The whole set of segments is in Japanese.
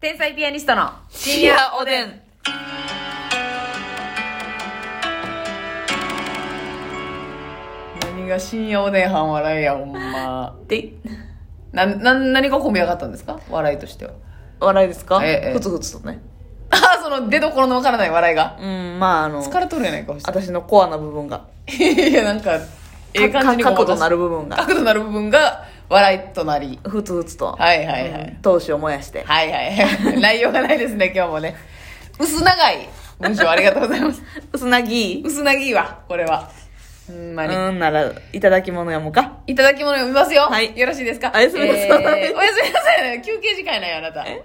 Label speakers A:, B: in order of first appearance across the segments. A: 天才ピアニストの
B: 深夜おでん。
A: 何が深夜おでん半笑いやほんま
B: で、
A: なな何が込み上がったんですか笑いとしては
B: 笑いですか
A: ええ
B: ふつふつとね。
A: あその出どころのわからない笑いが
B: うん、まああの、
A: 疲れとるやないかもしれ
B: 私のコアな部分が、
A: ないいやなんかええ感じに
B: か角度な
A: る
B: る部分が、
A: 角度なる部分が笑いとなり
B: ふつふつと、
A: はいはいはい
B: うん闘志を燃やして。
A: はいはい 内容がないですね今日もね薄長い文章ありがとうございます
B: うすなぎ、
A: 薄長いわこれはほんまに、
B: うんなら、いただき物やもか。
A: いただき物読みますよ。
B: はい
A: よろしいですか
B: おやすみなさい
A: えーおやすみなさいね。休憩時間やないあなた。休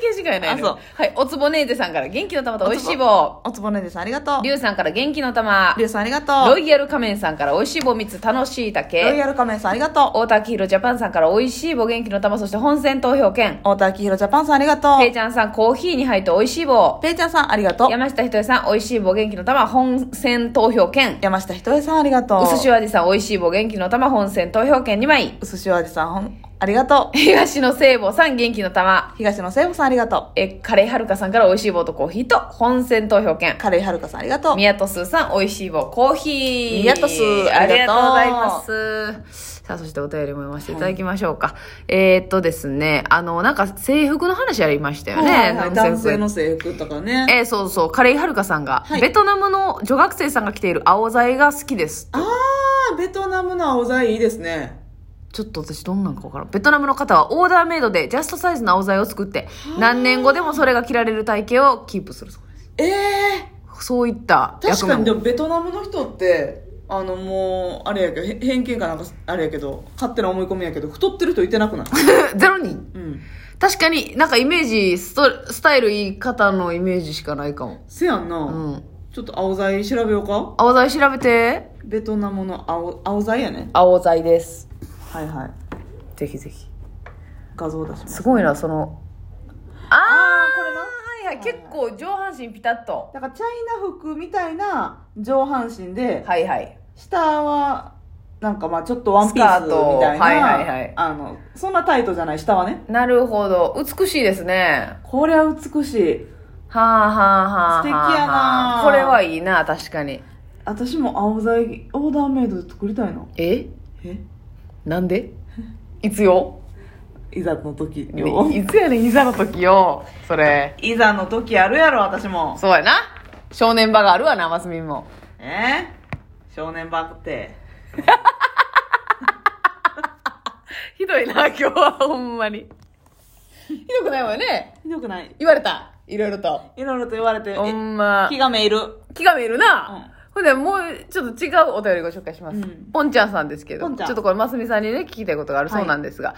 A: 憩時間やないの
B: あそう
A: はい。おつぼねーぜさんから元気の玉とおいしい棒。
B: おつぼねです。ありがとう。
A: りゅうさんから元気の玉
B: りゅ。うさんありがとう。
A: ロイヤル仮面さんからおいしい棒3つ楽しい
B: ロイ
A: 竹。
B: ヤル仮面さんありがとう。
A: 大田明宏ジャパンさんからおいしい棒元気の玉、そして本選投票券。
B: 太田明宏ジャパンさんありがとう。
A: ペイちゃんさんコーヒーに入っておいしい棒。
B: ペイちゃんさんありがとう。
A: 山下ひとえさんおいしい棒元気の玉、本選投票券。
B: 山下ひとえさんありがとう。
A: うすしお味さんおいしい棒元気の玉、本選投票券2枚。
B: うすしお味さんほん、ありがとう。
A: 東野聖母さん元気の玉。
B: 東野聖子さんありがと
A: え、カレーはるかさんから美味しい棒とコーヒーと本選投票券
B: う。。カレイはるかさんありがとう。
A: 宮戸スーさん、美味しい棒、コーヒー。
B: 宮戸スー
A: あ
B: あ
A: り
B: り
A: が
B: が
A: と
B: と
A: う
B: う
A: ございます。さあ、そしてお便りも読ませていただきましょうか。えーっとですね、あの、なんか制服の話ありましたよね。
B: はいはい
A: なんか
B: 男性の制服とかね。
A: えーそうそう、カレイはるかさんが、
B: はい
A: ベトナムの女学生さんが着ている青剤が好きです。
B: あー、ベトナムの青材いいですね。
A: ちょっと私どんなんかわからん。ベトナムの方はオーダーメイドでジャストサイズの青剤を作って、何年後でもそれが着られる体型をキープするそうです。
B: え
A: そういった
B: ー、
A: 役
B: 確か
A: 目
B: に
A: も
B: でもベトナムの人って、あのもう、あれやけど、へ偏見かなんかあれやけど、勝手な思い込みやけど、太ってる人いてな くない
A: ゼロ人
B: うん。
A: 確かになんかイメージストスタイルいい方のイメージしかないかも
B: せやんな、
A: うん
B: ちょっと青材調べようか。
A: 青剤調べて
B: ベトナムの青、青材やね。
A: 青剤です
B: はいはい。
A: ぜひぜひ
B: 画像出します。
A: すごいなそのああ
B: これな
A: はいはい結構上半身ピタッと
B: なんかチャイナ服みたいな上半身で、
A: はいはい
B: 下はなんかまあちょっとワンピ
A: ス
B: ー
A: カ
B: ス
A: ー
B: み
A: ト
B: たいな、
A: はいはいはい
B: あのそんなタイトじゃない下はね
A: なるほど美しいですね
B: これは美しい
A: はあはあはあは
B: 素
A: あ
B: 敵やな
A: これはいいな確かに
B: 私も青材オーダーメイドで作りたいの
A: え
B: え
A: なんで いつよ
B: いざの時よ
A: いつやねんいざの時よそれ
B: いざの時あるやろ私も
A: そうやな正念場があるわなマスミンも
B: えー、少年バクって
A: ひどいな、 今日は、ほんまに。ひどくないわよね。
B: ひどくない
A: 言われた。いろいろと。
B: いろいろと言われて
A: ほ
B: え
A: んま
B: 気。がめいる
A: 気が見えるな。
B: う
A: ほんで、もう、ちょっと違うお便りご紹介します。
B: うん
A: ポンちゃんさんですけど、
B: ポン
A: ち
B: ち
A: ょ
B: ゃ
A: っ
B: ん
A: とこれ、ますみさんにね、聞きたいことがあるそうなんですが、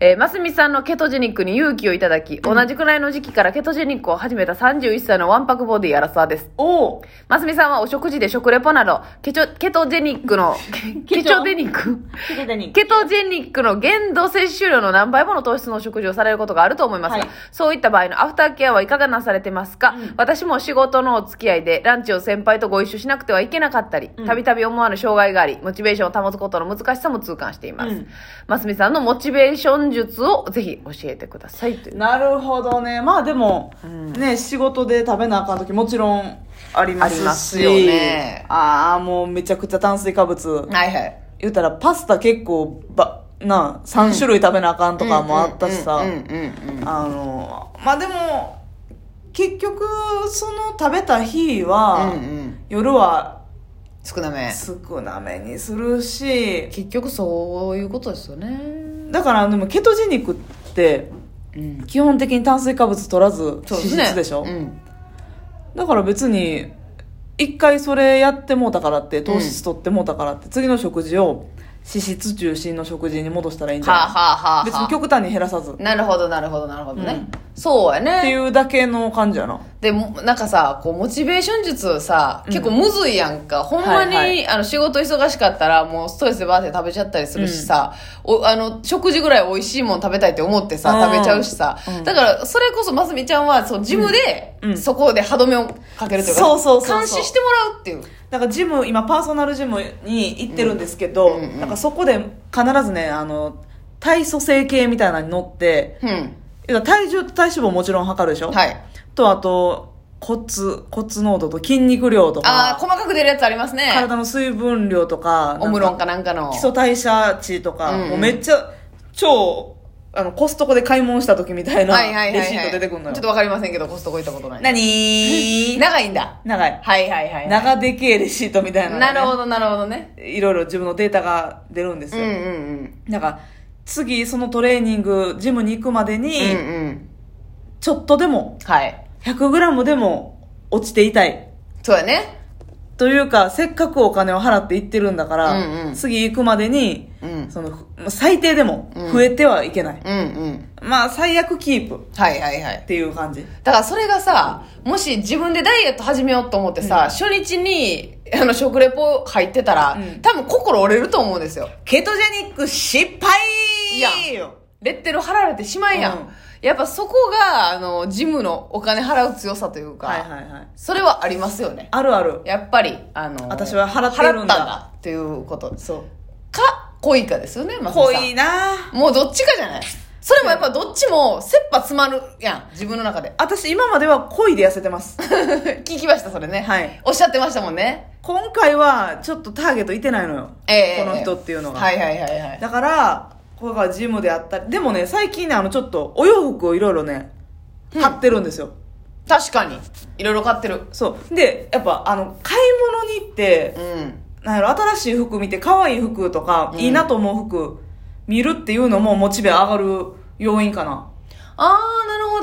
A: えー、ますみさんのケトジェニックに勇気をいただき、同じくらいの時期からケトジェニックを始めた31歳のワンパクボディアラサーです。
B: お お
A: ますみさんはお食事で食レポなど、ケチョ、ケトジェニック の、ケ
B: ケチョ
A: チョデニック
B: ひとてに
A: ケトジェニックの限度摂取量の何倍もの糖質の食事をされることがあると思いますが、
B: はい
A: そういった場合のアフターケアはいかがなされてますか、私も仕事のお付き合いでランチを先輩とご一緒しなくてはいけなかったり、たびたび思わぬ障害があり、モチベーションを保つことの難しさも痛感しています。
B: うん
A: ますみさんのモチベーション術をぜひ教えてくださいという。
B: なるほどねまあでも、ね仕事で食べなあかん時もちろんありますし
A: ありますよね
B: ああもうめちゃくちゃ炭水化物
A: はいはい。
B: 言ったらパスタ結構ばなあ3種類食べなあかんとかもあったしさ
A: うんうんうんうん
B: あのまあでも結局その食べた日は、
A: うんうん
B: 夜は
A: 少なめ。
B: 少なめにするし
A: 結局そういうことですよね。
B: だからでもケトジェニックって
A: うん。
B: 基本的に炭水化物取らず脂質でしょ
A: うん。
B: だから別に一回それやってもうたからって糖質取ってもうたからって、次の食事を脂質中心の食事に戻したらいいんじゃ
A: は
B: な
A: あ
B: い、
A: はあはあはあ。
B: 別に極端に減らさずっ
A: なるほどなるほどなるほどね、
B: うん
A: そうや
B: て
A: ね
B: いうだけの感じやな
A: でもなんかさこうモチベーション術さ結構むずいやんか、ほんまに、
B: はいはい
A: あの仕事忙しかったらもうストレスでバーって食べちゃったりするしさ、おあの食事ぐらい美味しいもん食べたいって思ってさ
B: うん
A: 食べちゃうしさ、だからそれこそますみちゃんはそうジムで、
B: うんうん
A: そこで歯止めをかけるというか
B: そうそうそうそう
A: 監視してもらうっていう
B: なんかジム今パーソナルジムに行ってるんですけど、
A: うんうんうん
B: なんかそこで必ずねあの体組成系みたいなのに乗って
A: うん
B: だから体重と体脂肪もちろん測るでしょ、
A: はい。
B: とあと骨骨濃度と筋肉量と
A: ああ、
B: か
A: 細かく出るやつありますね。
B: 体の水分量とか
A: オムロン
B: か
A: かなんかの。
B: 基礎代謝値とか、
A: うんうん
B: もうめっちゃ超あのコストコで買い物した時みたいな
A: はいはいはい、
B: レ
A: はい。
B: シート出てくるのよ、
A: ちょっとわかりませんけど、コストコ行ったことない。
B: 何
A: 長いんだ。
B: 長い
A: はいはいはいはい。
B: 長でけえレシートみたいなのが
A: な
B: ね、
A: るほど、なるほどね。
B: いろいろ自分のデータが出るんです
A: うん
B: よ、
A: うん
B: なんか次そのトレーニングジムに行くまで
A: うん。うん
B: に
A: うん。
B: ちょっとでも
A: はい。
B: 100g でも落ちていたい
A: そうやね。
B: というかせっかくお金を払って行ってるんだから、
A: うんうん
B: 次行くまでに
A: うん。うん
B: そのふまあ最低でも
A: うん
B: 増えてはいけない、
A: うん。
B: まあ最悪キープっ
A: はいはいはい。
B: ていう感じ
A: だからそれがさ、もし自分でダイエット始めようと思ってさ、初日に、あの、食レポ入ってたら、
B: うん
A: 多分心折れると思うんですよ。
B: ケトジェニック失敗
A: いやレッテル貼られてしまいや
B: う
A: ん。
B: ん
A: やっぱそこが、あの、ジムのお金払う強さというか、
B: はいはいはい
A: それはありますよね。
B: あるある
A: やっぱり、あの、
B: 私は払ってるんだ
A: 払ったんだということです。
B: そう
A: か、恋かですよね、まさ
B: 濃
A: さん
B: いなあ。
A: もうどっちかじゃないそれもやっぱどっちも、切羽詰まるやん、自分の中で
B: 私今までは恋で痩せて ます
A: 聞きました、それね。
B: はい
A: おっしゃってましたもんね。
B: 今回はちょっとターゲットいてないのよ、
A: ええ
B: この人っていうのが、
A: はいはいはいはい
B: だからこれがジムであったりでもね最近ねあのちょっとお洋服をいろいろね
A: うん
B: 買ってるんですよ、
A: 確かにいろいろ買ってる
B: そうでやっぱあの買い物に行って
A: うん
B: なんやろ新しい服見て可愛い服とか、
A: うん
B: いいなと思う服見るっていうのもモチベ上がる要因かな
A: ああなるほ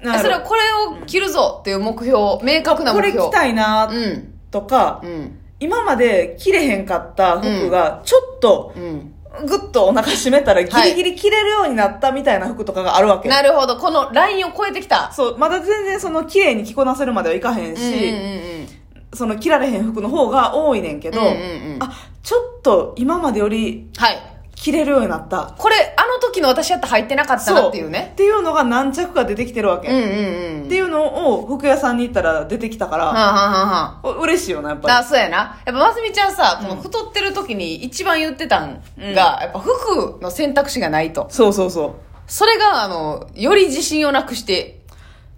A: ど
B: なる
A: それはこれを着るぞっていう目標明確な
B: こ
A: 目
B: れ
A: 標
B: 着たいな
A: うん
B: とか、
A: うん
B: 今まで着れへんかった服がちょっと
A: うん
B: グッとお腹締めたらギリギリ着れるようになったみたいな服とかがあるわけ、
A: なるほどこのラインを超えてきた
B: そう、まだ全然その綺麗に着こなせるまではいかへん
A: うん
B: し、
A: うんうん
B: その着られへん服の方が多いねんけど、
A: うんうんうん
B: あ、ちょっと今までより
A: はい
B: 着れるようになった。
A: これあの時の私やったら入ってなかったなっていうね
B: っていうのが何着か出てきてるわけ。
A: うんう
B: っ
A: んうん
B: ていうのを服屋さんに行ったら出てきたか
A: はあ
B: ら、
A: はあはあはあ
B: う嬉しいよな、やっ
A: あ
B: ぱ
A: そうやなやっぱますみちゃんさこの太ってる時に一番言ってたんが、
B: うん
A: やっぱ服の選択肢がないと
B: り。そうそうそ
A: それが、あの、より自信をなくして、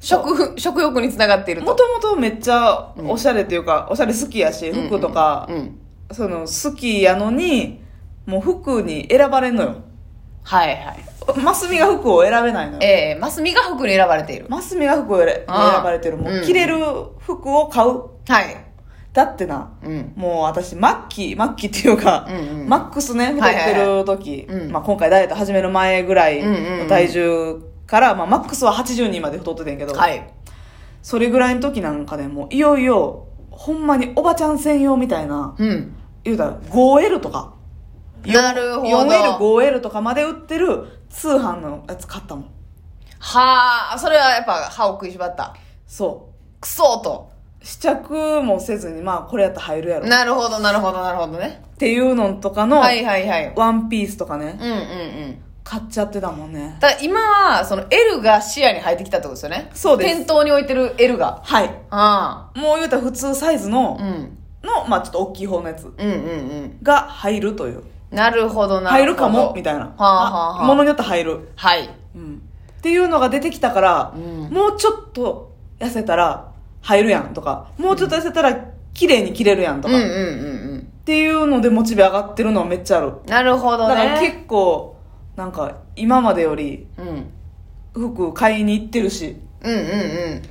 A: 食、食欲につながっている
B: う。も
A: と。
B: ともとめっちゃおしゃれっていうか、おしゃれ好きやし、服とか、
A: うんうん。
B: その好きやのに、もう服に選ばれんのよ。
A: はいはい。
B: マスミが服を選べないのよ。
A: ええー、マスミが服に選ばれている。
B: マスミが服を選選
A: ああ
B: ばれてる。も
A: う
B: うん着れる服を買う。
A: はい。
B: だってな、
A: うん。
B: もう私、末期、末期っていうか、
A: うんうん
B: マックスね、太
A: はい
B: っ
A: はい
B: て
A: は
B: る時、
A: うん
B: まあ今回ダイエット始める前ぐらい
A: うんうんうん
B: の体重から、まあマックスは80人まで太っててんけど、
A: はい。
B: それぐらいの時なんかね、もういよいよ、ほんまにおばちゃん専用みたいな、
A: うん。
B: 言うたら 5L とか、
A: なるほど。
B: 4L、5L とかまで売ってる通販のやつ買ったもん。
A: はあ、それはやっぱ歯を食いしばった。
B: そう。
A: くそーと。
B: 試着もせずに、まあこれやったら入るやろ。
A: なるほど、なるほど、なるほどね。
B: っていうのとかの、
A: はいはいはい。
B: ワンピースとかね、
A: うんうんうん。
B: 買っちゃってたもんね。
A: ただ今は、その L が視野に入ってきたってことですよね。
B: そうです
A: 店頭に置いてる L が。
B: はい。
A: あ
B: もう言うたら普通サイズ
A: あ。
B: の、
A: うん。
B: の、まあちょっと大きい方のやつ
A: うんうんうん。
B: が入るという。
A: なるほどなるほど。
B: 入るかもみたいな。
A: はあはあはあ
B: あものによって入る。
A: はい。
B: うん。っていうのが出てきたから、
A: うん
B: もうちょっと痩せたら入るやんとか、もうちょっと痩せたら綺麗に着れるやんと
A: うん
B: か、
A: うん
B: っ
A: うん
B: ていうのでモチベ上がってるのはめっちゃある。
A: うん。なるほど
B: だ
A: ね。
B: から結構、なんか今までより
A: うん。うん
B: 服買いに行ってるし、
A: うん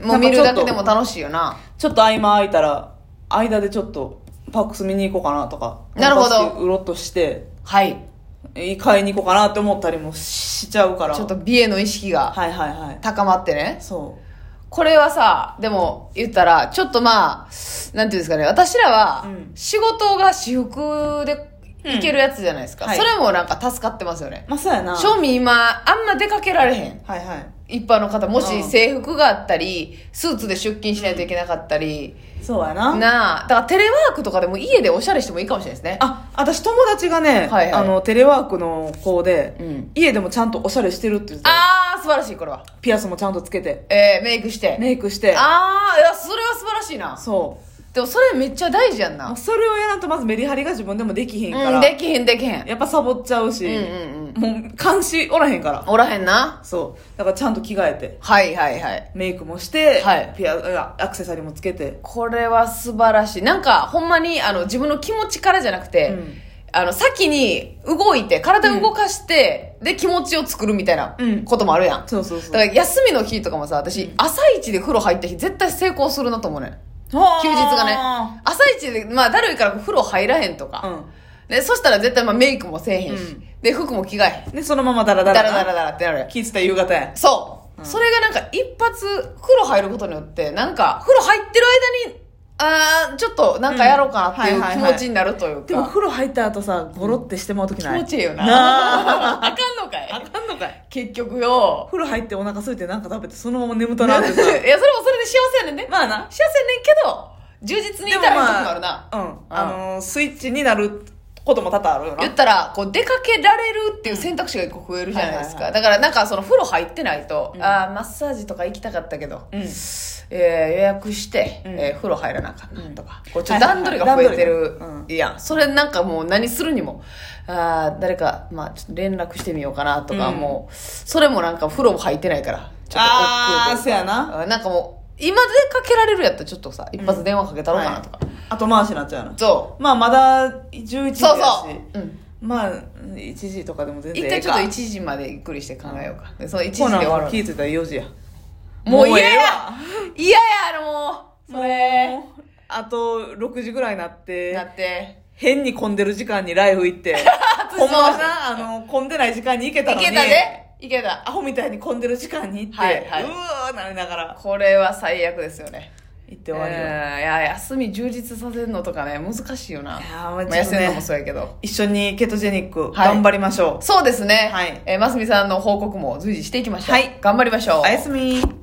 A: うん。もう見るだけでも楽しいよな。
B: ちょっと合間空いたら、間でちょっとパックス見に行こうかなとか、
A: なるほど
B: パックスうろっとして、
A: はい。
B: 買いに行こうかなって思ったりもしちゃうから。
A: ちょっと美への意識が
B: はいはいはい。
A: 高まってね。
B: そ
A: これはさ、でも言ったら、ちょっとまあ、なんていうんですかね、私らは
B: うん
A: 仕事が私服で行けるやつじゃないですか。
B: うんはい
A: それもなんか助かってますよね
B: う。。まあそうやな。
A: 正味今、あんま出かけられへん。
B: はいはい。
A: 一般の方、も
B: う
A: し
B: ん
A: 制服があったり、スーツで出勤しないといけなかったり、
B: そうやな。
A: なあ。だからテレワークとかでも家でおしゃれしてもいいかもしれないですね。
B: あ、私友達がね、
A: はいはい
B: あの、テレワークの子で、
A: うん
B: 家でもちゃんとおしゃれしてるって言ってた。
A: あー、素晴らしい、これは。
B: ピアスもちゃんとつけて、
A: えー、メイクして。
B: メイクして。
A: あー、いや、それは素晴らしいな。
B: そう。
A: でもそれめっちゃ大事やんな
B: もう。それをやらんとまずメリハリが自分でもできひんか
A: う
B: ら。
A: ん、できへんできへん。
B: やっぱサボっちゃう
A: う
B: し、
A: んうんうん。
B: もう監視おらへんから
A: おらへんな。
B: そうだからちゃんと着替えて
A: はいはいはい。
B: メイクもして、
A: はい
B: ピアいやアクセサリーもつけて
A: これは素晴らしい。なんか、ほんまに、あの、自分の気持ちからじゃなくて、
B: うん
A: あの、先に動いて、体を動かして、で、気持ちを作るみたいな
B: うん
A: こともあるやん。
B: そうそうそう
A: だから、休みの日とかもさ、私、朝一で風呂入った日、絶対成功するなと思うねん。休日がね
B: は。
A: 朝一で、まあ、だるいから風呂入らへんと
B: あ
A: か。で、そしたら絶対、まあ、メイクもせえへんし、
B: うん
A: で、服も着替えへん。
B: うんでそのままダラダ
A: だ
B: ラ
A: らだ
B: な
A: らだらってなるやん。
B: 気ぃついたら夕方や
A: そう、それがなんか一発風呂入ることによってなんか風呂入ってる間にあーちょっとなんかやろうかなってい
B: うんはいはいは
A: う
B: い
A: 気持ちになるという
B: でも
A: か、
B: 風呂入った後さゴロってしてまう時ない
A: 気持ちいいよな
B: な
A: あかんのかい
B: かんのかい
A: 結局よ
B: 風呂入ってお腹空いてなんか食べてそのまま眠
A: い
B: た
A: や
B: な
A: そ
B: っ
A: れ
B: て
A: もそ
B: さ
A: れで幸せやねんね
B: まあな
A: 幸せやねんけど充実にいたらいい時もあるな、
B: うんあのースイッチになることも多々あるよ
A: 言っ
B: な
A: たらこう出かけられるっていう選択肢が一個増えるじゃないですか、
B: うんはい
A: だからなんかその風呂入ってないと、ああマッサージとか行きたかったけど、
B: うん
A: えー予約して、
B: うん
A: えー風呂入らなあかんなとか、こうちょ
B: は
A: っ
B: い
A: と
B: はいは
A: 段
B: い
A: 取りが増えてる
B: 段取りがう
A: やんそれなんかもう何するにもあー誰か、まあ、ちょっと連絡してみようかなとか、
B: うん
A: もうそれもなんか風呂も入ってないからちょっと
B: あー
A: 億劫
B: せやな
A: でなんかもう今出かけられるやったらちょっとさ一発電話かけたろうかなとか、
B: 後回しになっちゃうの
A: そ
B: まあまだ11
A: う
B: 時
A: そう
B: や
A: そう、うん
B: しまあ1時とかでも全然
A: 一
B: ええ
A: 回ちょっ
B: か
A: と1時までゆっくりして考えようか、でその1時
B: ほ
A: で
B: な
A: 終わる
B: 気ぃついたら4時や
A: もう
B: もうえ
A: 嫌
B: え
A: や
B: わ
A: 嫌やあのもうそれ
B: もうあと6時ぐらいになっ
A: だ
B: て
A: って
B: 変に混んでる時間にライフ行って ほんまはなあの混んでない時間に行けた
A: い
B: のに
A: けたでいけた
B: アホみたいに混んでる時間に行って、
A: はいはいう
B: ーなりながら
A: これは最悪ですよね
B: 行って終わりよ、
A: うんいや休み充実させるのとかね難しいよない
B: やーまあ
A: ま
B: ちょっ
A: あ
B: とね
A: 痩せるのもそうやけど
B: 一緒にケトジェニック
A: はい
B: 頑張りましょ
A: そうですね
B: はい
A: えーますみさんの報告も随時していきましょう
B: はい
A: 頑張りましょう
B: う、おやすみ